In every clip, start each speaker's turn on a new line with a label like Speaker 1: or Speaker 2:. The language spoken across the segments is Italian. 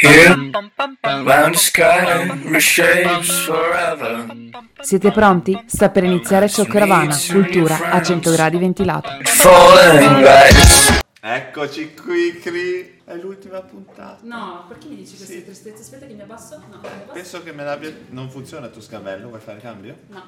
Speaker 1: Here, round sky reshapes forever.
Speaker 2: Siete pronti? Sta per iniziare Cioccaravana, cultura a 100 gradi ventilato.
Speaker 1: Falling lights.
Speaker 3: Eccoci qui, Cri. È l'ultima puntata.
Speaker 4: No, perché mi dici queste tristezze? Aspetta che mi abbasso. No, mi abbasso.
Speaker 3: Penso che me l'abbia. Non funziona il tuo scavello, vuoi fare cambio?
Speaker 4: No,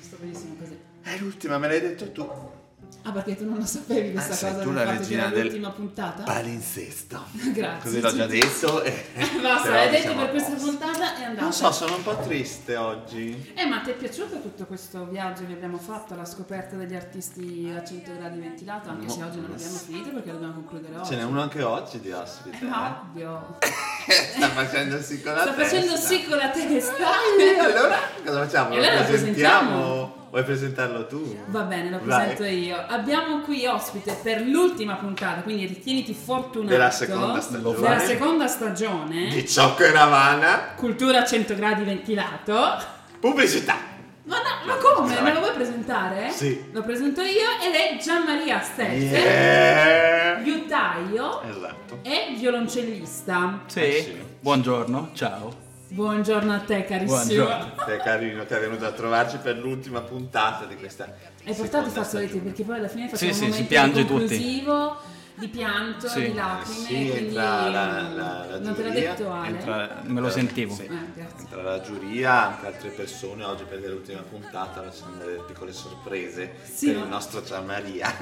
Speaker 4: sto benissimo così.
Speaker 3: È l'ultima, me l'hai detto tu.
Speaker 4: Ah, perché tu non lo sapevi questa
Speaker 3: sei
Speaker 4: cosa
Speaker 3: tu
Speaker 4: del
Speaker 3: la
Speaker 4: fatto che
Speaker 3: regina
Speaker 4: era
Speaker 3: del-
Speaker 4: l'ultima puntata?
Speaker 3: Palinsesto.
Speaker 4: Grazie.
Speaker 3: Così l'ho già detto. E...
Speaker 4: Basta,
Speaker 3: però
Speaker 4: l'hai detto
Speaker 3: siamo
Speaker 4: per
Speaker 3: a
Speaker 4: questa
Speaker 3: posto.
Speaker 4: puntata è andata.
Speaker 3: Non so, sono un po' triste oggi.
Speaker 4: Eh, ma ti è piaciuto tutto questo viaggio che abbiamo fatto alla scoperta degli artisti a 100 gradi ventilato? Anche
Speaker 3: No,
Speaker 4: se oggi non
Speaker 3: ma-
Speaker 4: abbiamo finito perché dobbiamo concludere oggi.
Speaker 3: Ce n'è uno anche oggi di ospite.
Speaker 4: Eh, ma ovvio.
Speaker 3: eh. Sta facendo sì con la
Speaker 4: Sta facendo
Speaker 3: testa.
Speaker 4: sì con la testa.
Speaker 3: E allora cosa facciamo?
Speaker 4: E allora
Speaker 3: lo
Speaker 4: lo
Speaker 3: presentiamo? Vuoi presentarlo tu?
Speaker 4: Va bene, lo
Speaker 3: Vai.
Speaker 4: presento io. Abbiamo qui ospite per l'ultima puntata, quindi ritieniti fortunato.
Speaker 3: Della seconda stagione.
Speaker 4: Della seconda stagione.
Speaker 3: Di Ciocco e Ravana.
Speaker 4: Cultura a 100 gradi ventilato. Ma,
Speaker 3: Pubblicità.
Speaker 4: no, ma come? Me lo vuoi presentare?
Speaker 3: Sì.
Speaker 4: Lo presento io ed è Gianmaria Stette,
Speaker 3: Yeah.
Speaker 4: liutaio
Speaker 3: Esatto.
Speaker 4: e violoncellista.
Speaker 3: Eh sì.
Speaker 5: Sì, buongiorno, ciao.
Speaker 4: Buongiorno a te carissimo.
Speaker 5: Buongiorno.
Speaker 3: Sei carino che è venuto a trovarci per l'ultima puntata di questa.
Speaker 4: Hai portato
Speaker 3: seconda
Speaker 4: i fazzoletti
Speaker 3: stagione.
Speaker 4: perché poi alla fine facciamo
Speaker 5: sì,
Speaker 4: un
Speaker 5: si
Speaker 4: momento
Speaker 5: piange tutti.
Speaker 4: conclusivo di pianto,
Speaker 5: Sì.
Speaker 4: di lacrime,
Speaker 3: Eh, Sì,
Speaker 4: quindi
Speaker 3: entra la- la- la
Speaker 4: non te l'ha
Speaker 3: giuria,
Speaker 4: detto Ale.
Speaker 5: Entra- me lo sentivo.
Speaker 3: Sì.
Speaker 4: Eh, grazie.
Speaker 3: Tra la giuria, anche altre persone, oggi per l'ultima puntata facciamo delle piccole sorprese
Speaker 4: Sì,
Speaker 3: per
Speaker 4: ma-
Speaker 3: il nostro Gianmaria.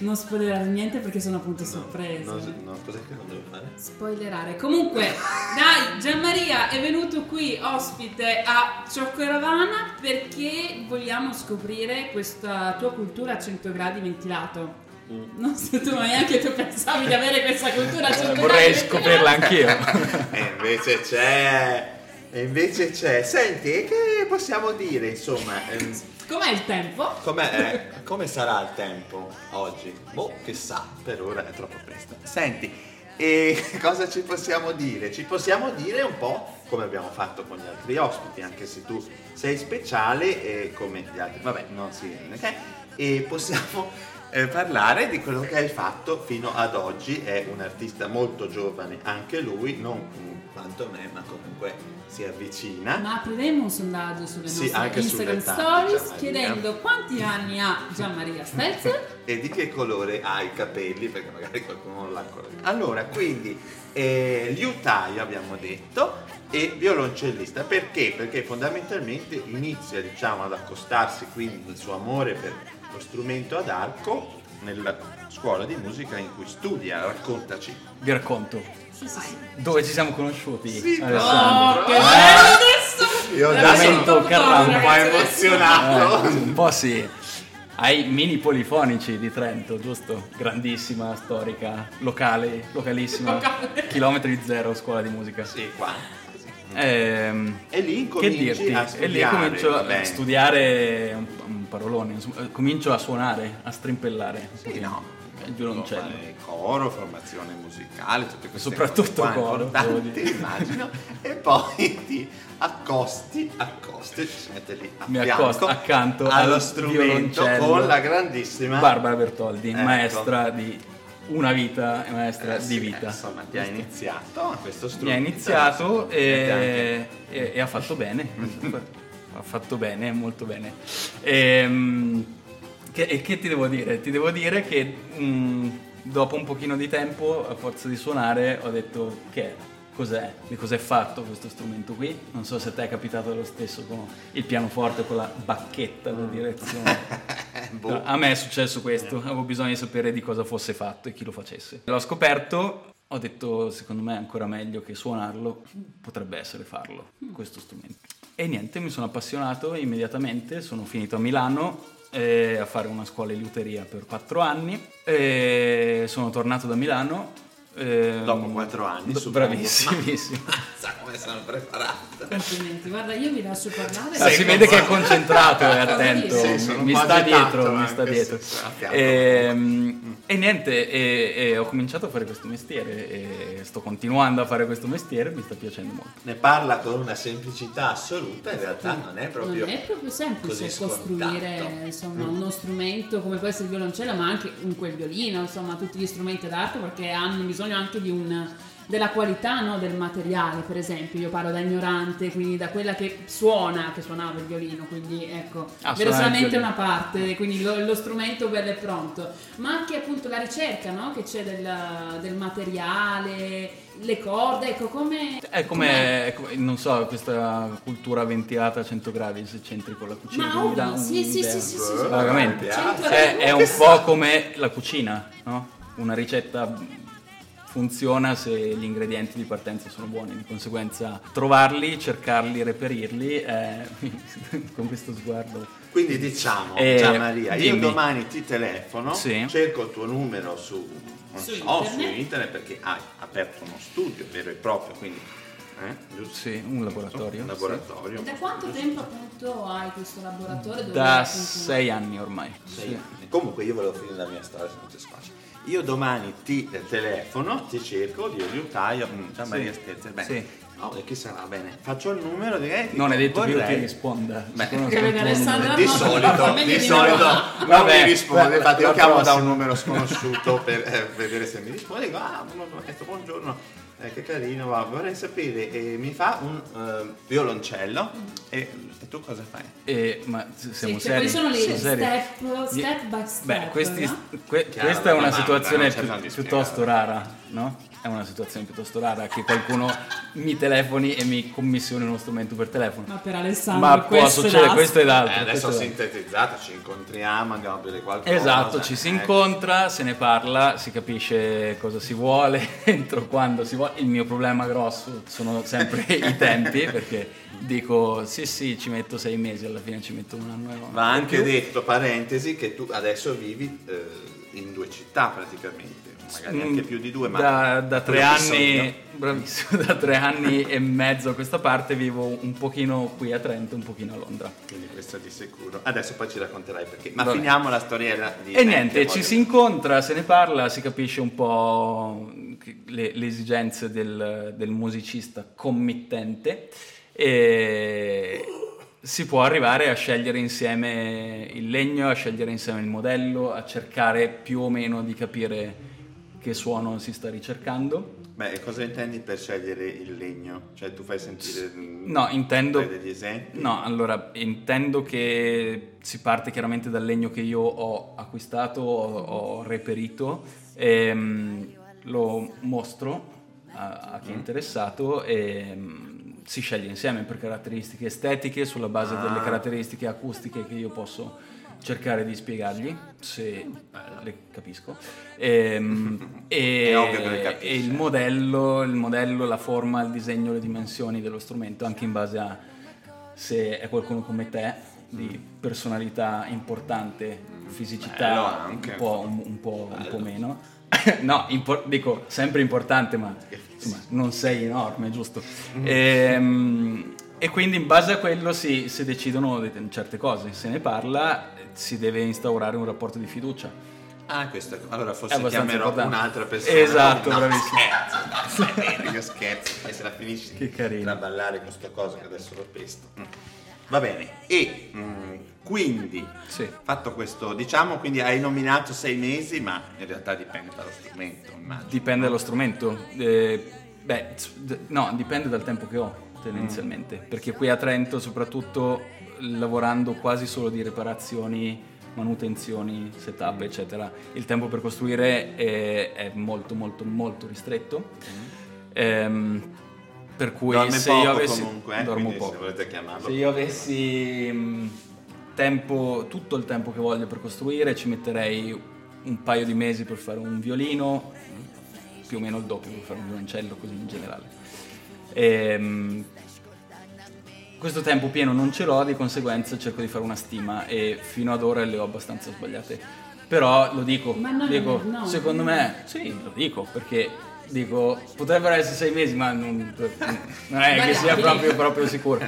Speaker 4: Non spoilerare niente perché sono appunto sorpresa.
Speaker 3: No, no, no, cos'è che non devo fare?
Speaker 4: Spoilerare. Comunque, dai, Gianmaria è venuto qui ospite a Ciocco e Ravana perché vogliamo scoprire questa tua cultura a 100 gradi ventilato.
Speaker 3: Mm.
Speaker 4: Non so tu, ma neanche tu pensavi di avere questa cultura
Speaker 3: Eh,
Speaker 4: a 100 gradi
Speaker 5: Vorrei
Speaker 4: ventilato.
Speaker 5: scoprirla anch'io.
Speaker 3: E invece c'è. E invece c'è. Senti, e che possiamo dire, insomma? ehm,
Speaker 4: Com'è il tempo?
Speaker 3: com'è, eh, come sarà il tempo oggi? Boh, chissà, per ora è troppo presto. Senti, e cosa ci possiamo dire? Ci possiamo dire un po' come abbiamo fatto con gli altri ospiti, anche se tu sei speciale e come gli altri. Vabbè, non si rende, ok? E possiamo eh, parlare di quello che hai fatto fino ad oggi. È un artista molto giovane, anche lui, non mm, quanto me, ma comunque si avvicina.
Speaker 4: Ma apriremo un sondaggio sulle
Speaker 3: Sì,
Speaker 4: nostre
Speaker 3: anche sulle
Speaker 4: Instagram
Speaker 3: tante,
Speaker 4: Stories
Speaker 3: Gianmaria.
Speaker 4: chiedendo quanti anni ha Gianmaria Stelzer.
Speaker 3: E di che colore ha i capelli? Perché magari qualcuno non l'ha ancora detto. Allora, quindi eh, liutaio abbiamo detto e violoncellista. Perché? Perché fondamentalmente inizia diciamo ad accostarsi quindi il suo amore per lo strumento ad arco nella scuola di musica in cui studia. Raccontaci.
Speaker 5: Vi racconto
Speaker 4: Sì, sì, sì.
Speaker 5: dove ci siamo conosciuti,
Speaker 3: Sì,
Speaker 5: Alessandro.
Speaker 4: Oh, che bello adesso!
Speaker 3: Eh? Io
Speaker 4: Veramente
Speaker 3: adesso
Speaker 4: sono
Speaker 5: momento
Speaker 4: proprio
Speaker 5: Carrà, un po'
Speaker 4: ragazzi.
Speaker 3: emozionato.
Speaker 5: Eh, un po' sì. Ai mini polifonici di Trento, giusto? Grandissima, storica, locale, localissima.
Speaker 4: Locale.
Speaker 5: Chilometri zero, scuola di musica.
Speaker 3: Sì, qua.
Speaker 5: Ehm,
Speaker 3: E lì
Speaker 5: che
Speaker 3: cominci
Speaker 5: dirti?
Speaker 3: a
Speaker 5: e lì
Speaker 3: studiare,
Speaker 5: comincio
Speaker 3: va bene.
Speaker 5: a studiare un, un parolone, insomma, eh, comincio a suonare, a strimpellare. un pochino. Il violoncello.
Speaker 3: Fare Coro, formazione musicale, tutte queste
Speaker 5: Soprattutto
Speaker 3: cose qua
Speaker 5: coro, devo
Speaker 3: importanti,
Speaker 5: dire.
Speaker 3: immagino. E poi ti accosti, accosti, ci si mette lì a
Speaker 5: Mi
Speaker 3: fianco
Speaker 5: accosto accanto
Speaker 3: allo
Speaker 5: al
Speaker 3: strumento
Speaker 5: violoncello.
Speaker 3: con la grandissima
Speaker 5: Barbara Bertoldi,
Speaker 3: Ecco.
Speaker 5: maestra di una vita e maestra
Speaker 3: Eh,
Speaker 5: di
Speaker 3: sì,
Speaker 5: vita.
Speaker 3: Insomma, ti ha iniziato a questo
Speaker 5: Mi ha
Speaker 3: strumento.
Speaker 5: iniziato
Speaker 3: Mette anche-
Speaker 5: e, e- e ha fatto bene. ha fatto bene, molto bene. Ehm, che- E, che, ti devo dire? Ti devo dire che mm, dopo un pochino di tempo, a forza di suonare, ho detto che cos'è? Di cos'è fatto questo strumento qui? Non so se a te è capitato lo stesso con il pianoforte, con la bacchetta
Speaker 3: Mm.
Speaker 5: da direzione.
Speaker 3: Eh, boh.
Speaker 5: No, A me è successo questo, avevo bisogno di sapere di cosa fosse fatto e chi lo facesse. L'ho scoperto, ho detto secondo me è ancora meglio che suonarlo, potrebbe essere farlo, questo strumento. E niente, mi sono appassionato immediatamente, sono finito a Milano eh, a fare una scuola di liuteria per 4 anni, e sono tornato da Milano. ehm,
Speaker 3: Dopo quattro anni,
Speaker 5: do-
Speaker 3: suppongo.
Speaker 5: Bravissimissimo.
Speaker 3: Sa come sono preparato.
Speaker 4: Complimenti, guarda, io vi lascio parlare.
Speaker 5: Ah, si vede che è concentrato e attento,
Speaker 4: Sì,
Speaker 5: mi-
Speaker 3: sono
Speaker 5: mi
Speaker 3: quasi
Speaker 5: sta
Speaker 3: tanto
Speaker 5: dietro, mi
Speaker 3: anche,
Speaker 5: sta
Speaker 3: sì,
Speaker 5: dietro.
Speaker 3: sì, a fianco. Mm.
Speaker 5: Ehm, E, niente, e, e ho cominciato a fare questo mestiere e sto continuando a fare questo mestiere, mi sta piacendo molto.
Speaker 3: Ne parla con una semplicità assoluta, in realtà non è proprio...
Speaker 4: Non è proprio
Speaker 3: così
Speaker 4: semplice
Speaker 3: scontato.
Speaker 4: costruire insomma, uno strumento come può essere il violoncello, ma anche un quel violino, insomma, tutti gli strumenti d'arte perché hanno bisogno anche di un della qualità no, del materiale, per esempio. Io parlo da ignorante, quindi da quella che suona, che suonava il violino, quindi ecco,
Speaker 5: Ah, suonava
Speaker 4: vedo
Speaker 5: il
Speaker 4: solamente
Speaker 5: violino.
Speaker 4: una parte, quindi lo, lo strumento bello è pronto, ma anche appunto la ricerca no, che c'è del, del materiale, le corde, ecco come...
Speaker 5: È come, è come- non so, questa cultura ventilata a 100 gradi se c'entri con la cucina.
Speaker 4: Ma
Speaker 5: che mi dà
Speaker 4: ovvio, sì, sì,
Speaker 5: un'idea.
Speaker 4: sì, sì, sì,
Speaker 3: Eh,
Speaker 4: sì.
Speaker 5: Vagamente.
Speaker 3: mi
Speaker 4: Cento
Speaker 3: piace.
Speaker 5: Cioè,
Speaker 4: euro.
Speaker 5: è un po' come la cucina, no? Una ricetta funziona se gli ingredienti di partenza sono buoni, di conseguenza trovarli, cercarli, reperirli è- con questo sguardo.
Speaker 3: Quindi diciamo,
Speaker 5: Eh,
Speaker 3: Gian Maria, io
Speaker 5: dimmi.
Speaker 3: domani ti telefono,
Speaker 5: Sì.
Speaker 3: cerco il tuo numero su, non
Speaker 4: Su
Speaker 3: so,
Speaker 4: internet.
Speaker 3: su internet perché hai aperto uno studio vero e proprio, quindi eh, giusto?
Speaker 5: Sì, un laboratorio.
Speaker 3: Un laboratorio.
Speaker 4: Da quanto tempo appunto hai questo laboratorio?
Speaker 5: sì.
Speaker 4: dove
Speaker 5: Da
Speaker 4: appunto-
Speaker 5: sei anni ormai.
Speaker 3: Sei anni. Comunque io volevo finire la mia storia, se non ti spiace. Io domani ti eh, telefono, ti cerco di aiutarlo. Mm, Gian
Speaker 5: Sì.
Speaker 3: Maria Sterzer, bene.
Speaker 5: Sì.
Speaker 3: No, e chi sarà? Bene. Faccio il numero di eh,
Speaker 5: Non è detto che io ti
Speaker 3: vorrei-
Speaker 5: risponda.
Speaker 3: Beh,
Speaker 5: Siccome
Speaker 4: che vede
Speaker 5: sono un po'
Speaker 4: Alessandra-
Speaker 3: Di
Speaker 4: No,
Speaker 3: solito,
Speaker 4: meglio
Speaker 3: di
Speaker 4: di
Speaker 3: solito
Speaker 4: no.
Speaker 3: non mi
Speaker 5: Vabbè,
Speaker 3: risponde,
Speaker 5: la-
Speaker 3: infatti io
Speaker 5: la
Speaker 3: chiamo da
Speaker 5: prossima.
Speaker 3: un numero sconosciuto per eh, vedere se mi risponde, dico ah buongiorno, detto, buongiorno, eh, che carino, va, vorrei sapere, eh, mi fa un eh, violoncello e, e tu cosa fai?
Speaker 5: Eh, ma s- siamo
Speaker 4: Sì, cioè,
Speaker 5: seri.
Speaker 4: quali sono le
Speaker 5: siamo seri.
Speaker 4: step- step by step,
Speaker 5: Beh, questi-
Speaker 4: no?
Speaker 5: que-
Speaker 3: Chiaro,
Speaker 5: questa è una
Speaker 3: domanda,
Speaker 5: situazione
Speaker 3: non c'è
Speaker 5: pi-
Speaker 3: tanto di
Speaker 5: piuttosto
Speaker 3: spiegare.
Speaker 5: rara, no? È una situazione piuttosto rara che qualcuno mi telefoni e mi commissioni uno strumento per telefono.
Speaker 4: Ma per Alessandro
Speaker 5: Ma può
Speaker 4: questo è
Speaker 5: succedere
Speaker 4: l'asta.
Speaker 5: questo e l'altro.
Speaker 3: Eh, adesso
Speaker 5: Esatto, questo è l'altro.
Speaker 3: sintetizzata, ci incontriamo, andiamo a bere qualcosa.
Speaker 5: Esatto, ci si
Speaker 3: ecco.
Speaker 5: incontra, se ne parla, si capisce cosa si vuole, entro quando si vuole. Il mio problema grosso sono sempre i tempi, perché dico sì sì ci metto sei mesi, alla fine ci metto un anno e un
Speaker 3: Va
Speaker 5: anno e
Speaker 3: anche
Speaker 5: più.
Speaker 3: detto, parentesi, che tu adesso vivi eh, in due città praticamente, magari anche
Speaker 5: Mm,
Speaker 3: più di due, ma
Speaker 5: da, da tre
Speaker 3: quello che so
Speaker 5: anni
Speaker 3: io.
Speaker 5: bravissimo da tre anni e mezzo a questa parte vivo un pochino qui a Trento un pochino a Londra
Speaker 3: Quindi questo di sicuro. Adesso poi ci racconterai perché. Ma
Speaker 5: Vabbè.
Speaker 3: finiamo la storiella di.
Speaker 5: e niente
Speaker 3: voglio-
Speaker 5: ci si incontra se ne parla si capisce un po' che- le, le esigenze del, del musicista committente e si può arrivare a scegliere insieme il legno a scegliere insieme il modello a cercare più o meno di capire che suono si sta ricercando
Speaker 3: Beh, e cosa intendi per scegliere il legno? Cioè, tu fai sentire.
Speaker 5: No, intendo.
Speaker 3: Mm, Fai degli esempi?
Speaker 5: No, allora intendo che si parte chiaramente dal legno che io ho acquistato, ho, ho reperito, ehm, lo mostro a, a
Speaker 3: Mm.
Speaker 5: chi è interessato e mm, si sceglie insieme per caratteristiche estetiche sulla base delle
Speaker 3: Ah.
Speaker 5: caratteristiche acustiche che io posso cercare di spiegargli se eh, le capisco. Ehm, e,
Speaker 3: È ovvio che le capisce.
Speaker 5: e il modello, il modello, la forma, il disegno, le dimensioni dello strumento, anche in base a se è qualcuno come te, di personalità importante,
Speaker 3: bello
Speaker 5: fisicità
Speaker 3: anche.
Speaker 5: un po', un, un po', un po'
Speaker 3: Bello.
Speaker 5: meno. no, impor- dico sempre importante, ma insomma, non sei enorme, giusto? Ehm, E, quindi in base a quello si, si decidono de- certe cose, se ne parla, si deve instaurare un rapporto di fiducia.
Speaker 3: Ah, questo. Allora,
Speaker 5: È
Speaker 3: forse
Speaker 5: abbastanza
Speaker 3: chiamerò
Speaker 5: importante.
Speaker 3: un'altra persona.
Speaker 5: Esatto,
Speaker 3: no,
Speaker 5: bravissimo.
Speaker 3: Scherzo, no, stai bene, io scherzo. E se la finisci
Speaker 5: Che carino.
Speaker 3: a ballare con sta cosa che adesso lo pesto. Mm. Va bene. E mm, quindi.
Speaker 5: Sì.
Speaker 3: Fatto questo, diciamo, quindi hai nominato sei mesi, ma in realtà dipende dallo strumento, immagino.
Speaker 5: Dipende dallo strumento. Eh, beh, s- d- no, dipende dal tempo che ho tendenzialmente.
Speaker 3: Mm.
Speaker 5: Perché qui a Trento, soprattutto lavorando quasi solo di riparazioni, manutenzioni,
Speaker 3: Mm.
Speaker 5: setup, eccetera, il tempo per costruire è, è molto, molto, molto ristretto. Ehm, per cui
Speaker 3: Mm. Dorme
Speaker 5: se
Speaker 3: poco
Speaker 5: io avessi.
Speaker 3: comunque, eh,
Speaker 5: dormo
Speaker 3: quindi se
Speaker 5: poco.
Speaker 3: volete chiamarlo.
Speaker 5: Se io avessi mh, tempo, tutto il tempo che voglio per costruire, ci metterei un paio di mesi per fare un violino, più o meno il doppio per fare un violoncello, così in generale. Ehm, questo tempo pieno non ce l'ho, di conseguenza cerco di fare una stima e fino ad ora le ho abbastanza sbagliate. Però lo dico,
Speaker 4: Ma no,
Speaker 5: dico,
Speaker 4: no.
Speaker 5: secondo me, sì, lo dico, perché dico, potrebbero essere sei mesi, ma non, non è che sia
Speaker 4: Variabili.
Speaker 5: proprio, proprio sicuro.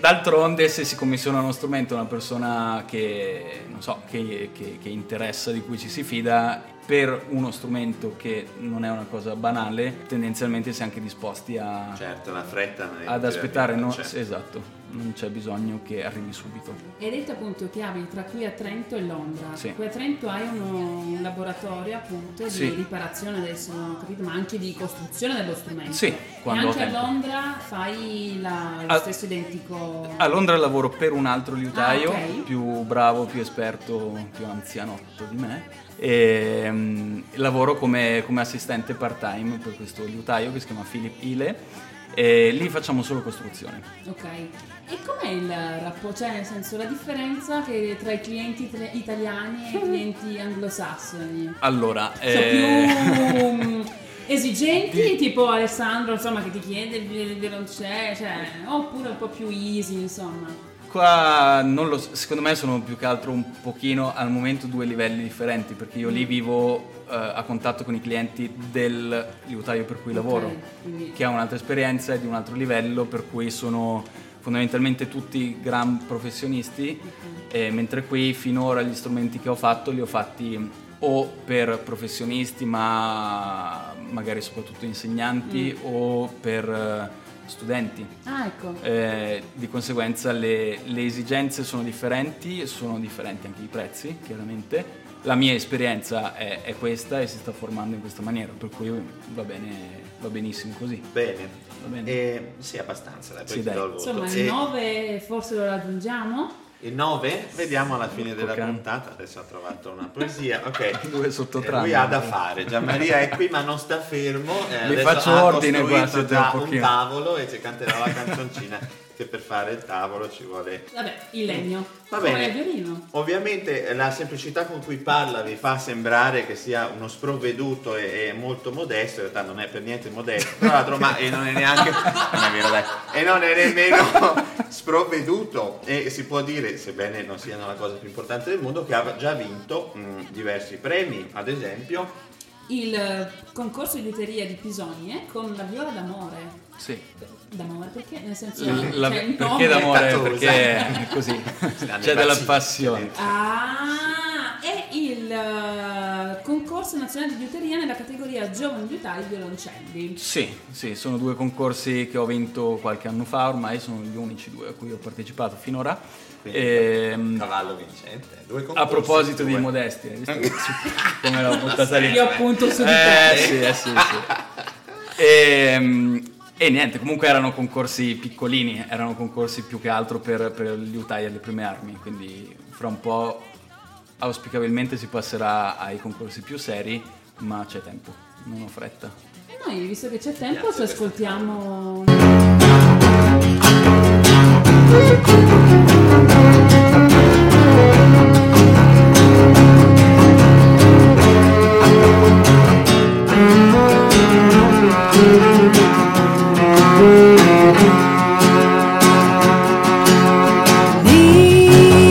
Speaker 5: D'altronde, se si commissiona uno strumento a una persona che, non so, che, che- che interessa, di cui ci si fida, per uno strumento che non è una cosa banale, tendenzialmente si è anche disposti a,
Speaker 3: Cioè, Certo, la fretta non è
Speaker 5: ad aspettare.
Speaker 3: non
Speaker 5: no? Esatto. non c'è bisogno che arrivi subito.
Speaker 4: Hai detto appunto che abiti tra qui a Trento e Londra.
Speaker 5: Sì.
Speaker 4: Qui a Trento hai uno- un laboratorio appunto
Speaker 5: Sì.
Speaker 4: di riparazione adesso, non ho capito, ma anche di costruzione dello strumento.
Speaker 5: Sì, quando
Speaker 4: e
Speaker 5: ho
Speaker 4: anche a
Speaker 5: tempo. Ah,
Speaker 4: Londra fai la- lo
Speaker 5: A-
Speaker 4: stesso identico.
Speaker 5: A Londra lavoro per un altro liutaio,
Speaker 4: Ah, ok.
Speaker 5: più bravo, più esperto, più anzianotto di me. E, mm, lavoro come, come assistente part-time per questo liutaio che si chiama Philip Ile. E lì facciamo solo costruzione.
Speaker 4: Ok. E com'è il rapporto? Cioè, nel senso, la differenza che tra i clienti tra- italiani e i clienti anglosassoni?
Speaker 5: Allora,
Speaker 4: Sono
Speaker 5: eh,
Speaker 4: più mm, esigenti, tipo Alessandro, insomma, che ti chiede il vi- il violoncello, cioè, oppure un po' più easy, insomma.
Speaker 5: Qua non lo so, secondo me sono più che altro un pochino al momento due livelli differenti perché io
Speaker 4: Mm.
Speaker 5: lì vivo eh, a contatto con i clienti del liutaio per cui
Speaker 4: Ok,
Speaker 5: lavoro
Speaker 4: quindi-
Speaker 5: che ha un'altra esperienza e di un altro livello per cui sono fondamentalmente tutti gran professionisti eh, mentre qui finora gli strumenti che ho fatto li ho fatti o per professionisti ma magari soprattutto insegnanti
Speaker 4: Mm.
Speaker 5: o per eh, studenti
Speaker 4: Ah, ecco.
Speaker 5: eh, di conseguenza le, le esigenze sono differenti, e sono differenti anche i prezzi, chiaramente. La mia esperienza è, è questa e si sta formando in questa maniera, per cui va, bene, va benissimo così.
Speaker 3: Bene.
Speaker 5: Va bene.
Speaker 3: Eh, sì, abbastanza, dai, poi
Speaker 5: Sì,
Speaker 3: ti
Speaker 5: dai.
Speaker 3: do il voto.
Speaker 4: Insomma,
Speaker 3: E
Speaker 4: il 9 forse lo raggiungiamo.
Speaker 3: il 9? Vediamo alla fine della
Speaker 5: Porca.
Speaker 3: puntata. Adesso ha trovato una poesia. Ok.
Speaker 5: Ecco Due
Speaker 3: Eh,
Speaker 5: sottotratti.
Speaker 3: Lui ha da fare, Gianmaria è qui ma non sta fermo. eh,
Speaker 5: Le
Speaker 3: adesso
Speaker 5: faccio
Speaker 3: ha
Speaker 5: ordine qua,
Speaker 3: costruito
Speaker 5: siete
Speaker 3: già
Speaker 5: un
Speaker 3: un
Speaker 5: pochino.
Speaker 3: tavolo e ci canterà la canzoncina che per fare il tavolo ci vuole.
Speaker 4: Vabbè, il legno.
Speaker 5: Mm.
Speaker 3: Va
Speaker 4: Come
Speaker 3: bene.
Speaker 4: il violino.
Speaker 3: Ovviamente eh, la semplicità con cui parla vi fa sembrare che sia uno sprovveduto e, e molto modesto, in realtà non è per niente modesto, tra l'altro, ma e non è neanche non è vero, dai. e non è nemmeno sprovveduto e si può dire, sebbene non sia la cosa più importante del mondo, che ha già vinto mh, diversi premi, ad esempio
Speaker 4: Il eh, concorso di luteria di Pisogne con la viola d'amore.
Speaker 5: Sì.
Speaker 4: D'amore perché? Nel senso,
Speaker 5: La-
Speaker 4: cioè, il
Speaker 5: perché
Speaker 4: nome-
Speaker 5: d'amore?
Speaker 3: Tattosa.
Speaker 5: Perché è così c'è della
Speaker 3: impazziti.
Speaker 5: passione.
Speaker 4: Ah, è il eh, concorso nazionale di liuteria nella categoria giovani liutai violoncelli.
Speaker 5: Sì, sì, sono due concorsi che ho vinto qualche anno fa, ormai sono gli unici due a cui ho partecipato finora.
Speaker 3: Quindi,
Speaker 5: Ehm,
Speaker 3: Cavallo vincente. Due
Speaker 5: A
Speaker 3: concorsi,
Speaker 5: proposito
Speaker 3: due.
Speaker 4: eh.
Speaker 5: di modestia, hai visto come l'ho buttata lì?
Speaker 4: Io appunto su di te.
Speaker 5: Eh sì, eh sì, sì. Ehm, E, niente, comunque erano concorsi piccolini, erano concorsi più che altro per, per gli utai alle prime armi, quindi fra un po' auspicabilmente si passerà ai concorsi più seri, ma c'è tempo, non ho fretta.
Speaker 4: E noi, visto che c'è tempo, ci
Speaker 3: Grazie per
Speaker 4: ascoltiamo.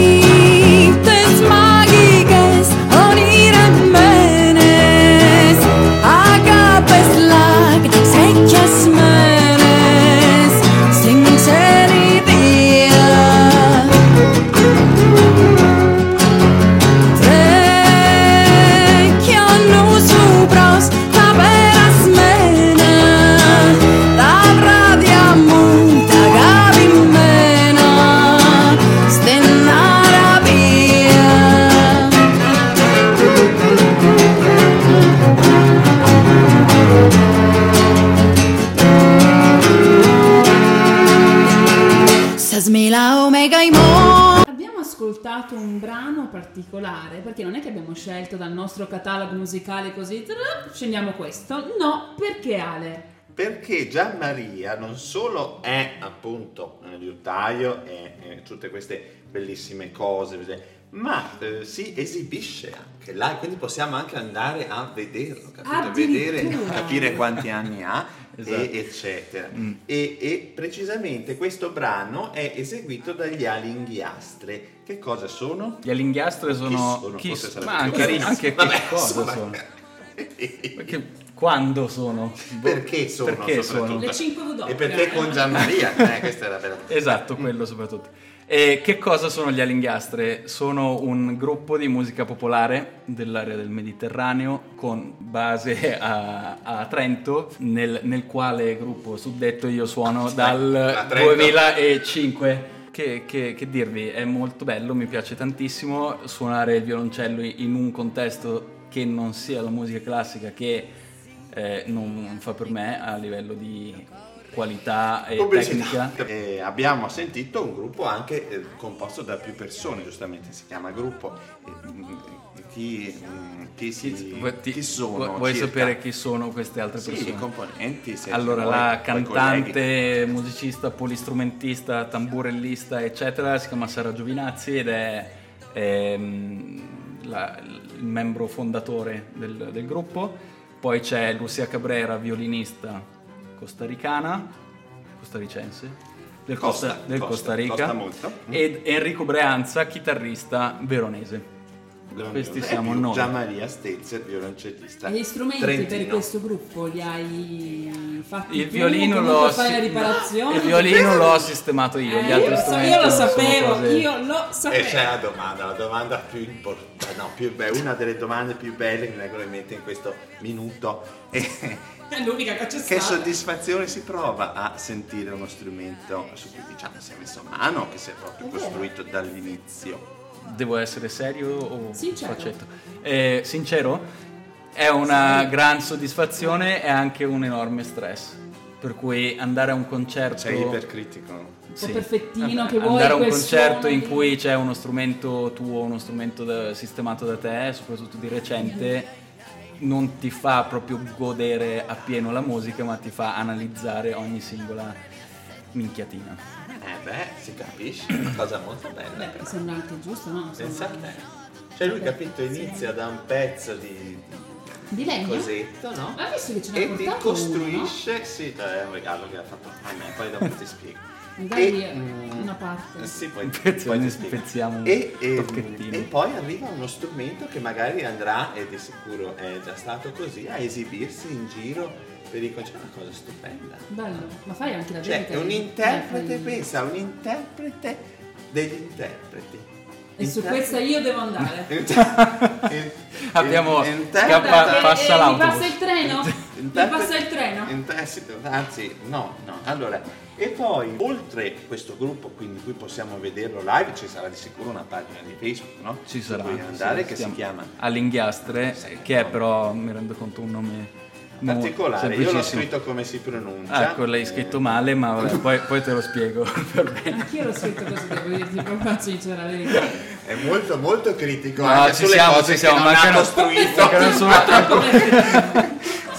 Speaker 6: Dites mágicas, oniramenes, agapeslag, sekyasmenes, sinceridad. Regionu subros taberas mena Tabra diamunta gabim mena Stenara via Sasmila omega imon
Speaker 4: Abbiamo ascoltato un brano particolare, perché non è che abbiamo scelto dal nostro catalogo musicale così, tra- scegliamo questo. No, perché Ale?
Speaker 3: Perché Gianmaria non solo è appunto eh, liutaio e eh, tutte queste bellissime cose, così, ma eh, si esibisce anche là, quindi possiamo anche andare a vederlo, capito?
Speaker 4: Addirittura.
Speaker 3: Vedere, capire quanti anni ha,
Speaker 5: Esatto.
Speaker 3: e- eccetera.
Speaker 5: Mm.
Speaker 3: E, e precisamente questo brano è eseguito dagli Alinghiastre. Che cosa sono?
Speaker 5: Gli allinghiastre sono...
Speaker 3: Chi sono?
Speaker 5: chi-
Speaker 3: Forse sarebbe
Speaker 5: ma
Speaker 3: più
Speaker 5: anche,
Speaker 3: carino.
Speaker 5: anche
Speaker 3: Vabbè,
Speaker 5: che cosa
Speaker 3: insomma.
Speaker 5: sono? Perché quando sono? Boh,
Speaker 3: Perché sono, soprattutto?
Speaker 4: Le 5 W.
Speaker 3: E perché con Gianmaria? Eh, questa è la bella
Speaker 5: Esatto, quello soprattutto. E che cosa sono gli Alingastre? Sono un gruppo di musica popolare dell'area del Mediterraneo con base a, a Trento, nel, nel quale gruppo suddetto io suono
Speaker 3: a
Speaker 5: dal
Speaker 3: Trento.
Speaker 5: 2005. Che, che- che dirvi, è molto bello, mi piace tantissimo suonare il violoncello in un contesto che non sia la musica classica che eh, non fa per me a livello di qualità e
Speaker 3: pubblicità.
Speaker 5: Eh, tecnica.
Speaker 3: E abbiamo sentito un gruppo anche eh, composto da più persone, giustamente si chiama gruppo. E, mm, chi, mm, chi si-
Speaker 5: Vuoi- ti-
Speaker 3: chi sono?
Speaker 5: vuoi- Vuoi
Speaker 3: circa?
Speaker 5: sapere chi sono queste altre
Speaker 3: Sì,
Speaker 5: persone?
Speaker 3: i componenti. se
Speaker 5: allora,
Speaker 3: vuoi,
Speaker 5: la
Speaker 3: poi colleghi.
Speaker 5: cantante, musicista, polistrumentista, tamburellista, eccetera, si chiama Sara Giovinazzi ed è ehm, la- il membro fondatore del, del gruppo. Poi c'è Lucia Cabrera, violinista costaricana, costaricense, del Costa,
Speaker 3: Costa,
Speaker 5: del
Speaker 3: Costa,
Speaker 5: Costa Rica,
Speaker 3: Costa molto.
Speaker 5: ed Enrico Breanza, chitarrista veronese.
Speaker 3: Grandioso.
Speaker 5: questi
Speaker 3: E
Speaker 5: siamo
Speaker 3: più
Speaker 5: noi.
Speaker 3: Gianmaria Stelzer, violoncellista.
Speaker 4: E gli strumenti per
Speaker 3: trentino.
Speaker 4: questo gruppo li hai eh, fatti
Speaker 5: Il
Speaker 4: tu?
Speaker 5: violino
Speaker 4: Comunque
Speaker 5: l'ho,
Speaker 4: fai la
Speaker 5: si-
Speaker 4: riparazione?
Speaker 5: il violino l'ho sistemato io,
Speaker 4: Eh,
Speaker 5: gli altri
Speaker 4: io, lo so-
Speaker 5: strumenti
Speaker 4: io lo
Speaker 5: sono
Speaker 4: sapevo,
Speaker 5: cose- Eh, cioè,
Speaker 4: io lo sapevo.
Speaker 3: E Eh, c'è la domanda, la domanda più importante, no, più be- una delle domande più belle che mi vengono in mente in questo minuto.
Speaker 4: È l'unica che c'è
Speaker 3: Che
Speaker 4: stata.
Speaker 3: soddisfazione si prova a sentire uno strumento su cui diciamo si è messo mano, che si è proprio costruito dall'inizio.
Speaker 5: Devo essere serio o
Speaker 4: Sincero.
Speaker 5: faccetto? Eh, sincero? È una gran soddisfazione e anche un enorme stress. Per cui andare a un concerto.
Speaker 3: Sei ipercritico.
Speaker 4: po' perfettino che
Speaker 5: andare
Speaker 4: vuoi,
Speaker 5: a un
Speaker 4: quel
Speaker 5: concerto
Speaker 4: suono
Speaker 5: in
Speaker 4: di-
Speaker 5: cui c'è uno strumento tuo, uno strumento da- sistemato da te, soprattutto di recente, non ti fa proprio godere appieno la musica, ma ti fa analizzare ogni singola minchiatina.
Speaker 3: Eh beh, si capisce, una cosa molto bella.
Speaker 4: Beh,
Speaker 3: però.
Speaker 4: sembra anche giusto, no?
Speaker 3: Pensa a
Speaker 4: Sembra-
Speaker 3: te. Cioè lui capito inizia da un pezzo di
Speaker 4: Di legno?
Speaker 3: cosetto, no?
Speaker 4: Ma visto che ce n'ha
Speaker 3: E ti
Speaker 4: portato uno,
Speaker 3: costruisce, sì, dai, è un regalo che ha fatto a me, poi dopo ti spiego.
Speaker 4: no? Dai
Speaker 3: E, mm,
Speaker 4: una parte.
Speaker 3: Sì, poi,
Speaker 5: Pezzi-
Speaker 3: poi ti
Speaker 5: ne
Speaker 3: spiego.
Speaker 5: spezziamo un
Speaker 3: E, e-
Speaker 5: tocchettino.
Speaker 3: e poi arriva uno strumento che magari andrà, e di sicuro è già stato così, a esibirsi in giro per i concerti. È una cosa stupenda.
Speaker 4: Bello, ma fai anche la
Speaker 3: Cioè,
Speaker 4: dedica
Speaker 3: è un
Speaker 4: di-
Speaker 3: interprete,
Speaker 4: di-
Speaker 3: pensa, un interprete degli interpreti.
Speaker 4: E su
Speaker 3: Interprete-
Speaker 4: questa io devo andare.
Speaker 3: In-
Speaker 5: Abbiamo
Speaker 3: in-
Speaker 5: scappa-
Speaker 4: Guarda,
Speaker 5: passa
Speaker 4: eh, eh, Mi
Speaker 5: l'autobus.
Speaker 4: passa il treno? Mi
Speaker 3: Inter-
Speaker 4: passa il treno?
Speaker 3: inter- sì, anzi, no, no. Allora, e poi oltre questo gruppo, quindi qui possiamo vederlo live, ci sarà di sicuro una pagina di Facebook, no?
Speaker 5: Ci
Speaker 3: Su
Speaker 5: sarà.
Speaker 3: cui andare
Speaker 5: sì,
Speaker 3: che si chiama
Speaker 5: All'inghiastre,
Speaker 3: Sì,
Speaker 5: che è
Speaker 3: no.
Speaker 5: però, mi rendo conto, un nome mo-
Speaker 3: particolare. Io l'ho
Speaker 5: semplicissimo.
Speaker 3: scritto come si pronuncia.
Speaker 5: Ah, Ecco, l'hai scritto
Speaker 3: Eh,
Speaker 5: male, ma vabbè, poi, poi te lo spiego per bene.
Speaker 4: Anch'io l'ho scritto così, devo dirti proprio sincera la verità.
Speaker 3: È molto molto critico
Speaker 5: No,
Speaker 3: anche
Speaker 5: ci
Speaker 3: sulle
Speaker 5: siamo,
Speaker 3: cose
Speaker 5: ci siamo,
Speaker 3: che non ha
Speaker 5: mancano-
Speaker 3: costruito.
Speaker 5: Perché non sono-
Speaker 4: Troppo bene.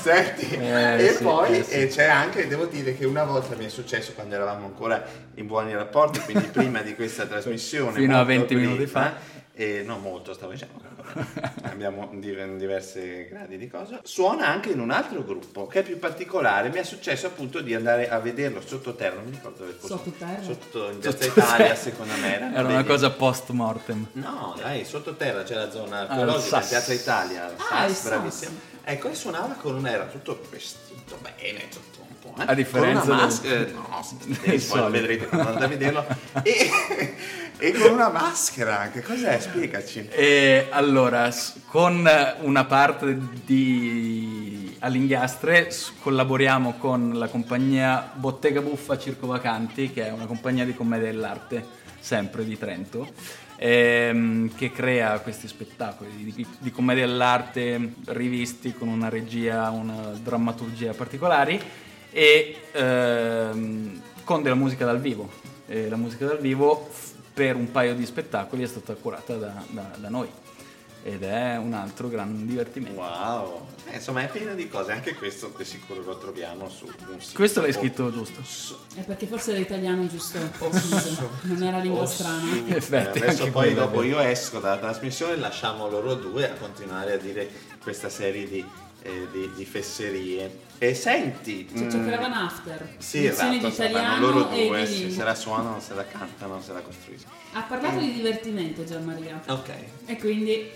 Speaker 3: Senti,
Speaker 5: Eh,
Speaker 3: e
Speaker 5: sì,
Speaker 3: poi
Speaker 5: eh, sì.
Speaker 3: eh, c'è anche, devo dire che una volta mi è successo quando eravamo ancora in buoni rapporti, quindi prima di questa trasmissione.
Speaker 5: Fino a
Speaker 3: molto
Speaker 5: 20 minuti
Speaker 3: prima,
Speaker 5: fa.
Speaker 3: eh, no, molto, stavo dicendo. vabbè, Abbiamo di- diversi gradi di cose. Suona anche in un altro gruppo che è più particolare. Mi è successo appunto di andare a vederlo sottoterra. Non mi ricordo dove fosse.
Speaker 4: Sottoterra?
Speaker 3: Sotto in Piazza Italia, secondo me. erano
Speaker 5: Era una
Speaker 3: degli-
Speaker 5: cosa post mortem.
Speaker 3: No, dai, sottoterra c'è la
Speaker 5: Ah,
Speaker 3: zona archeologica,
Speaker 5: Alsace.
Speaker 3: Piazza Italia, Alsace,
Speaker 4: Ah, Alsace.
Speaker 3: bravissimo. Ecco, e suonava con un era tutto vestito bene, tutto un po', eh.
Speaker 5: A differenza
Speaker 3: con una
Speaker 5: del-
Speaker 3: maschera, no, sì,
Speaker 5: del
Speaker 3: poi lo
Speaker 5: solito.
Speaker 3: vedrete quando andate a vederlo, e, e con una maschera anche, cos'è? Spiegaci.
Speaker 5: E Eh, allora, s- con una parte di All'inghiastre s- collaboriamo con la compagnia Bottega Buffa Circo Vacanti, che è una compagnia di commedia dell'arte, sempre di Trento, ehm, che crea questi spettacoli di, di commedia dell'arte rivisti con una regia, una drammaturgia particolari e ehm, con della musica dal vivo. E la musica dal vivo f- per un paio di spettacoli è stata curata da, da- da noi ed è un altro gran divertimento.
Speaker 3: Wow, Eh, insomma è pieno di cose, anche questo di sicuro lo troviamo su un sito.
Speaker 5: Questo l'hai
Speaker 3: Oh,
Speaker 5: scritto giusto.
Speaker 4: È perché forse era italiano giusto, scusa, non era lingua
Speaker 3: Oh,
Speaker 4: strana.
Speaker 3: su.
Speaker 5: In effetti,
Speaker 3: Eh, adesso
Speaker 5: anche
Speaker 3: poi
Speaker 5: quello è
Speaker 3: dopo
Speaker 5: vero.
Speaker 3: io esco dalla trasmissione lasciamo loro due a continuare a dire questa serie di, eh, di- di fesserie. E senti,
Speaker 4: Cioè,
Speaker 3: mm,
Speaker 4: giocavano after.
Speaker 3: sì,
Speaker 4: lezioni
Speaker 3: esatto,
Speaker 4: di
Speaker 3: sapranno
Speaker 4: italiano
Speaker 3: loro
Speaker 4: e
Speaker 3: due,
Speaker 4: di
Speaker 3: sì, se
Speaker 4: lingua.
Speaker 3: la suonano, se la cantano, se la costruiscono.
Speaker 4: Ha parlato di divertimento Gianmaria.
Speaker 3: Ok.
Speaker 4: E quindi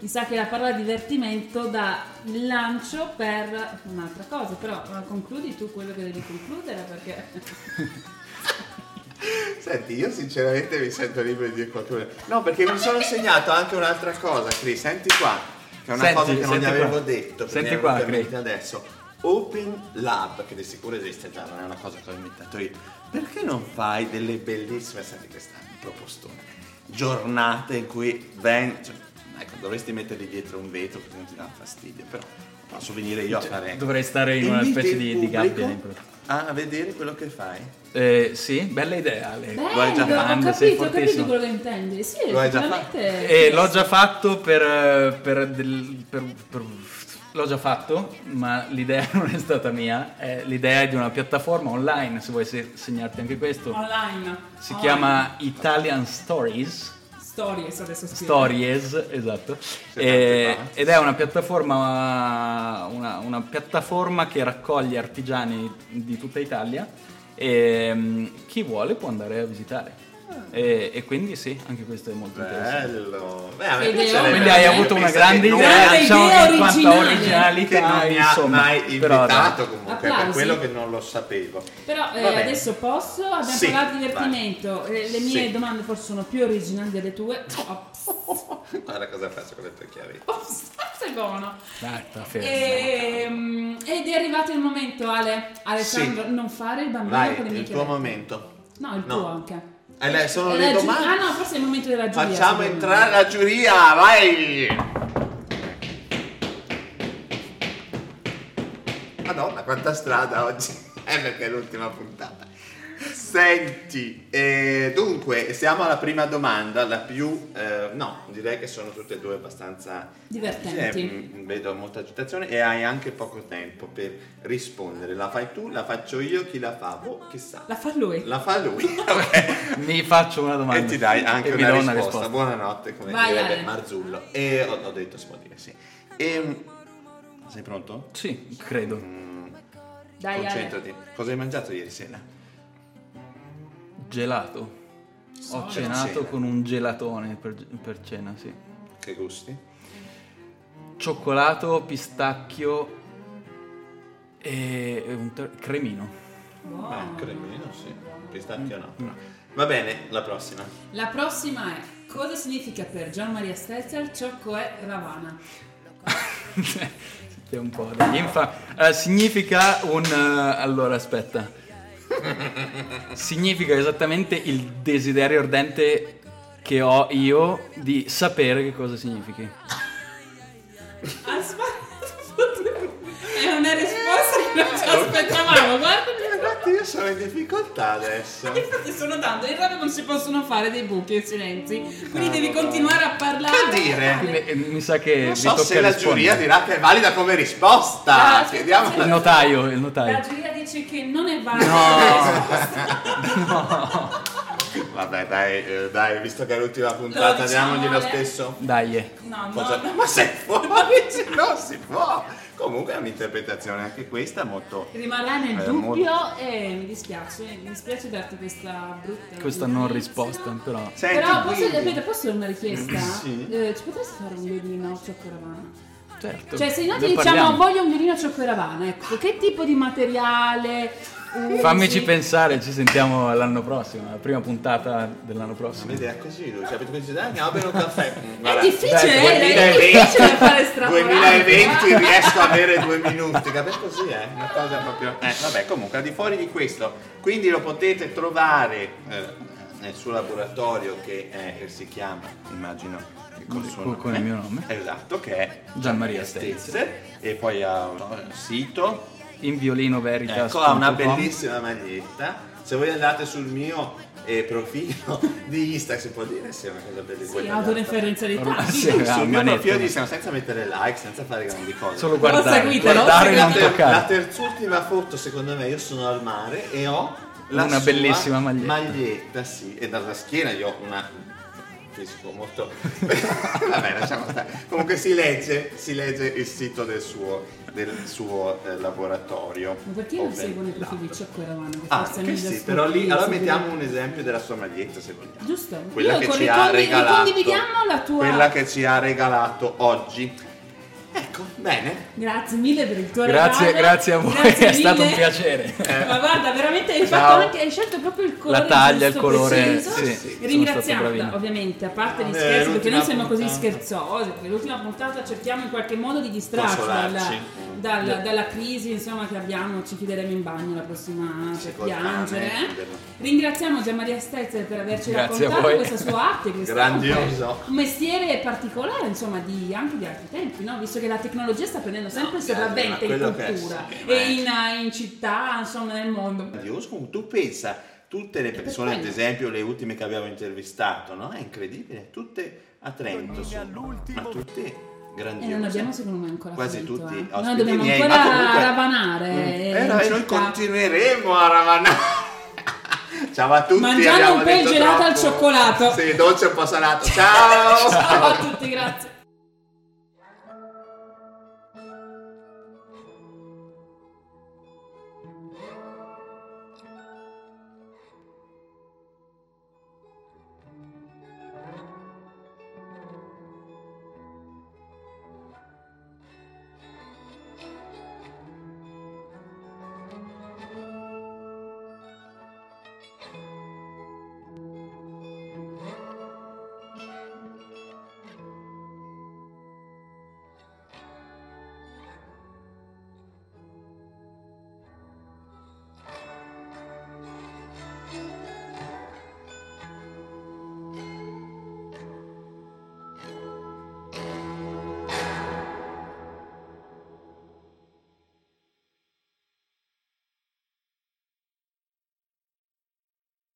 Speaker 4: mi sa che la parola divertimento dà il lancio per un'altra cosa, però eh, concludi tu quello che devi concludere perché...
Speaker 3: Senti, io sinceramente mi sento libero di dire qualcosa. No, perché mi sono segnato anche un'altra cosa, Chris. Senti qua, che è una
Speaker 5: Senti,
Speaker 3: cosa che non
Speaker 5: senti
Speaker 3: gli
Speaker 5: qua.
Speaker 3: avevo detto. perché
Speaker 5: Senti
Speaker 3: mi è
Speaker 5: qua,
Speaker 3: venuta in
Speaker 5: Chris.
Speaker 3: mente adesso. Open Lab, che di sicuro esiste già, non è una cosa che ho inventato io. Perché non fai delle bellissime, senti quest'anno, propostone, giornate in cui ven... cioè, ecco, dovresti metterli dietro un vetro perché non ti dà fastidio, però posso venire io a fare...
Speaker 5: Cioè, dovrei stare in una
Speaker 3: Inviti
Speaker 5: specie
Speaker 3: il
Speaker 5: di- di gabbia
Speaker 3: pubblico A vedere quello che fai.
Speaker 5: Eh, sì, bella idea, Ale.
Speaker 4: Bello,
Speaker 3: Lo hai già
Speaker 4: ho
Speaker 5: fatto, sei
Speaker 4: capito, ho capito
Speaker 5: fortissimo.
Speaker 4: quello che intendi. Sì,
Speaker 3: Lo hai già
Speaker 4: sicuramente-
Speaker 5: Eh, l'ho già fatto per, per del- per- per- L'ho già fatto, ma l'idea non è stata mia. È l'idea di una piattaforma online, se vuoi se- segnarti anche questo.
Speaker 4: Online.
Speaker 5: Si
Speaker 4: Online.
Speaker 5: chiama Italian Stories.
Speaker 4: Stories adesso scrivo.
Speaker 5: Stories, esatto.
Speaker 3: Siete
Speaker 5: Eh,
Speaker 3: avanti.
Speaker 5: ed è una piattaforma, una, una piattaforma che raccoglie artigiani di tutta Italia e mm, chi vuole può andare a visitare. E, e quindi sì, anche questo è molto interessante.
Speaker 3: Bello. Beh, a me
Speaker 4: Ed è
Speaker 3: piacerebbe.
Speaker 5: Quindi hai
Speaker 4: Io
Speaker 5: avuto una
Speaker 3: Pensa
Speaker 5: grande
Speaker 3: che non-
Speaker 5: idea,
Speaker 4: Grande
Speaker 5: diciamo
Speaker 4: idea
Speaker 5: che quanta
Speaker 4: originale.
Speaker 3: che non
Speaker 5: originalità,
Speaker 3: mi ha
Speaker 5: insomma,
Speaker 3: mai
Speaker 5: però dai.
Speaker 3: invitato comunque per
Speaker 4: Applausi.
Speaker 3: quello che non lo sapevo
Speaker 4: Però eh,
Speaker 3: Va bene.
Speaker 4: adesso posso, abbiamo
Speaker 3: Sì,
Speaker 4: parlato di divertimento, Eh, le mie
Speaker 3: Sì.
Speaker 4: domande forse sono più originali delle tue. Ops,
Speaker 3: guarda cosa faccio con le tue chiavette
Speaker 4: ops, sei buono.
Speaker 5: Dai, sta fermo.
Speaker 4: Ehm, ed è arrivato il momento, Ale, Alessandro,
Speaker 3: Sì.
Speaker 4: non fare il bambino
Speaker 3: vai
Speaker 4: con le mie
Speaker 3: il tuo
Speaker 4: chiavette.
Speaker 3: momento
Speaker 4: No, il
Speaker 3: No.
Speaker 4: tuo anche.
Speaker 3: Eh, le- sono
Speaker 4: Eh,
Speaker 3: le
Speaker 4: la giu-
Speaker 3: domande
Speaker 4: Ah no, forse è il momento della giuria.
Speaker 3: facciamo
Speaker 4: secondo me.
Speaker 3: entrare la giuria vai madonna quanta strada oggi è perché è l'ultima puntata Senti, eh, dunque, siamo alla prima domanda, la più... eh, no, direi che sono tutte e due abbastanza
Speaker 4: Divertenti.
Speaker 3: Eh, mh, vedo molta agitazione e hai anche poco tempo per rispondere. La fai tu, la faccio io, chi la fa? Boh, chissà.
Speaker 4: La fa lui.
Speaker 3: La fa lui. ok.
Speaker 5: Mi faccio una domanda
Speaker 3: e ti dai anche
Speaker 5: e mi
Speaker 3: una,
Speaker 5: do
Speaker 3: risposta. Buonanotte, come
Speaker 4: Vai,
Speaker 3: direbbe
Speaker 4: Ale.
Speaker 3: Marzullo. E ho, ho detto si può dire sì. Ehm, sei pronto?
Speaker 5: Sì, credo.
Speaker 3: Mm,
Speaker 4: Dai, Ale.
Speaker 3: concentrati. Cosa hai mangiato ieri sera?
Speaker 5: Gelato. Ho cenato
Speaker 3: cena.
Speaker 5: con un gelatone per, per cena, sì.
Speaker 3: Che gusti?
Speaker 5: Cioccolato, pistacchio e e un ter- cremino.
Speaker 4: Buono.
Speaker 3: Ah, cremino, sì. Pistacchio no,
Speaker 5: Mm.
Speaker 3: però. Va bene, la prossima.
Speaker 4: La prossima è cosa significa per Gian Maria Stelzer ciocco è Ravana?
Speaker 5: Siete un po' degli infa- Eh, significa un... eh, allora, aspetta. significa esattamente il desiderio ardente che ho io di sapere che cosa significhi.
Speaker 4: Aspetta, è una risposta che non ci aspettavamo, guarda.
Speaker 3: Infatti io sono in difficoltà adesso.
Speaker 4: Infatti sto notando, in radio non si possono fare dei buchi e silenzi, quindi
Speaker 3: Ah,
Speaker 4: devi
Speaker 3: vabbè.
Speaker 4: continuare a parlare.
Speaker 3: Che dire?
Speaker 5: Quindi, eh, mi sa che
Speaker 3: Non
Speaker 5: vi
Speaker 3: so
Speaker 5: tocca
Speaker 3: se la
Speaker 5: rispondere.
Speaker 3: giuria dirà che è valida come risposta.
Speaker 4: Ah,
Speaker 3: Chiediamo
Speaker 5: Il notaio, il notaio.
Speaker 4: La giuria dice che non è valido.
Speaker 3: Vabbè, dai, eh, dai, visto che è l'ultima puntata,
Speaker 4: Lo diciamo,
Speaker 3: diamogli lo
Speaker 4: eh.
Speaker 3: stesso.
Speaker 5: Dai. eh.
Speaker 4: No, no,
Speaker 3: Cosa-
Speaker 4: no.
Speaker 3: Ma sei fuori, se non si può. Comunque è un'interpretazione anche questa molto...
Speaker 4: Rimarrà nel
Speaker 3: Eh,
Speaker 4: dubbio e mi dispiace, mi dispiace darti questa brutta
Speaker 5: Questa non risposta, però...
Speaker 3: Senti,
Speaker 4: Però posso,
Speaker 3: quindi-
Speaker 4: aspetta, posso fare una richiesta?
Speaker 3: Sì.
Speaker 4: Eh, ci potresti fare un violino cioccolavana?
Speaker 5: Certo.
Speaker 4: Cioè, se noi ti
Speaker 5: ne
Speaker 4: diciamo
Speaker 5: parliamo.
Speaker 4: voglio un violino cioccolavana, ecco, che tipo di materiale? eh, usi?
Speaker 5: Fammici pensare, ci sentiamo l'anno prossimo, la prima puntata dell'anno prossimo.
Speaker 3: Vedi, è così lui, cioè, capito così? Dai, "Eh, andiamo a bere un caffè. Mm,
Speaker 4: È
Speaker 3: guarda,
Speaker 4: difficile,
Speaker 5: Dai,
Speaker 4: eh, è
Speaker 3: 2020.
Speaker 4: difficile fare strapolare.
Speaker 3: 2020 riesco a avere due minuti, capito così è? Una cosa proprio... Eh, vabbè, comunque, al di fuori di questo, quindi lo potete trovare eh, nel suo laboratorio che eh, si chiama, immagino, col suo
Speaker 5: Con- con il mio nome.
Speaker 3: Esatto, che è
Speaker 5: Gianmaria Stelzer.
Speaker 3: Stelzer. E poi ha un sito,
Speaker 5: In violino veritas.
Speaker 3: Ecco, ha una bellissima maglietta. Se voi andate sul mio eh, profilo di Instagram, si può dire, sì, è una cosa bellissima.
Speaker 4: Sì, autoreferenzialità.
Speaker 5: Sì,
Speaker 4: Sì.
Speaker 5: ha
Speaker 3: Sul mio
Speaker 5: manetta.
Speaker 3: profilo di Instagram, senza mettere like, senza fare grandi cose.
Speaker 5: Solo guardare,
Speaker 4: seguitelo,
Speaker 5: guardare e
Speaker 3: la,
Speaker 5: non
Speaker 4: seguitelo.
Speaker 3: ter- la
Speaker 5: toccare.
Speaker 3: terz'ultima foto, secondo me, io sono al mare e ho la
Speaker 5: Una
Speaker 3: sua
Speaker 5: bellissima maglietta.
Speaker 3: maglietta, sì, e dalla schiena io ho una fisico molto... Vabbè, lasciamo stare. Comunque si legge, si legge il sito del suo, del suo, eh, laboratorio.
Speaker 4: Ma perché non
Speaker 3: Open
Speaker 4: seguono i profili di
Speaker 3: Lab.
Speaker 4: Cioccolavanna? Che
Speaker 3: Oh, Ah,
Speaker 4: forse è
Speaker 3: che
Speaker 4: meglio
Speaker 3: sì, però lì...
Speaker 4: scoprire,
Speaker 3: Allora
Speaker 4: scoprire.
Speaker 3: mettiamo un esempio della sua maglietta, se vogliamo.
Speaker 4: Giusto.
Speaker 3: Quella
Speaker 4: Io
Speaker 3: che
Speaker 4: con-
Speaker 3: ci ha
Speaker 4: ricondi-
Speaker 3: regalato.
Speaker 4: ricondividiamo la tua-
Speaker 3: Quella che ci ha regalato oggi. Ecco, bene.
Speaker 4: Grazie mille per il tuo
Speaker 5: Grazie,
Speaker 4: regalo.
Speaker 5: grazie a voi,
Speaker 4: Grazie
Speaker 5: è stato
Speaker 4: mille.
Speaker 5: un piacere.
Speaker 4: Ma guarda, veramente hai,
Speaker 3: Ciao.
Speaker 4: fatto anche, hai scelto proprio il colore.
Speaker 5: Eh. La taglia, il
Speaker 4: giusto,
Speaker 5: colore,
Speaker 4: preciso.
Speaker 5: sì, sì, sono stato
Speaker 4: Ringraziata
Speaker 5: bravino.
Speaker 4: ovviamente, a parte gli
Speaker 3: Eh,
Speaker 4: scherzi, perché noi
Speaker 3: l'ultima
Speaker 4: siamo così
Speaker 3: puntata.
Speaker 4: scherzosi. perché L'ultima puntata cerchiamo in qualche modo di distrarci dalla,
Speaker 3: Consolarci.
Speaker 4: dal- dalla crisi insomma, che abbiamo. Ci chiuderemo in bagno la prossima per
Speaker 3: col
Speaker 4: piangere.
Speaker 3: cane, vero.
Speaker 4: Ringraziamo Gian Maria Stelzer per averci
Speaker 5: Grazie a
Speaker 4: raccontato
Speaker 5: voi.
Speaker 4: questa sua arte. questa
Speaker 3: Grandioso.
Speaker 4: arte. Un mestiere particolare, insomma, di- anche di altri tempi, no? visto che la tecnologia sta prendendo sempre il
Speaker 3: No, grande,
Speaker 4: sopravvento
Speaker 3: ma
Speaker 4: in
Speaker 3: quello che è,
Speaker 4: cultura
Speaker 3: sì, ma è-
Speaker 4: e in, in città, insomma, nel mondo.
Speaker 3: Dioscun, tu pensa, tutte le persone, ad
Speaker 4: quello.
Speaker 3: esempio le ultime che abbiamo intervistato, no? È incredibile, tutte a Trento sono, ma tutte
Speaker 4: E
Speaker 3: grandiose.
Speaker 4: non abbiamo secondo me ancora
Speaker 3: Quasi
Speaker 4: finito,
Speaker 3: tutti
Speaker 4: eh.
Speaker 3: ospiti
Speaker 4: Noi dobbiamo
Speaker 3: miei,
Speaker 4: ancora
Speaker 3: ma comunque-
Speaker 4: ravanare.
Speaker 3: Mm.
Speaker 4: eh,
Speaker 3: Eh,
Speaker 4: in
Speaker 3: no, e noi
Speaker 4: città.
Speaker 3: continueremo a ravanare. Ciao a tutti.
Speaker 4: Mangiando
Speaker 3: abbiamo
Speaker 4: un po' il
Speaker 3: detto
Speaker 4: gelato al
Speaker 3: troppo.
Speaker 4: cioccolato.
Speaker 3: Sì, dolce un po' salato. Ciao.
Speaker 4: Ciao a tutti, grazie.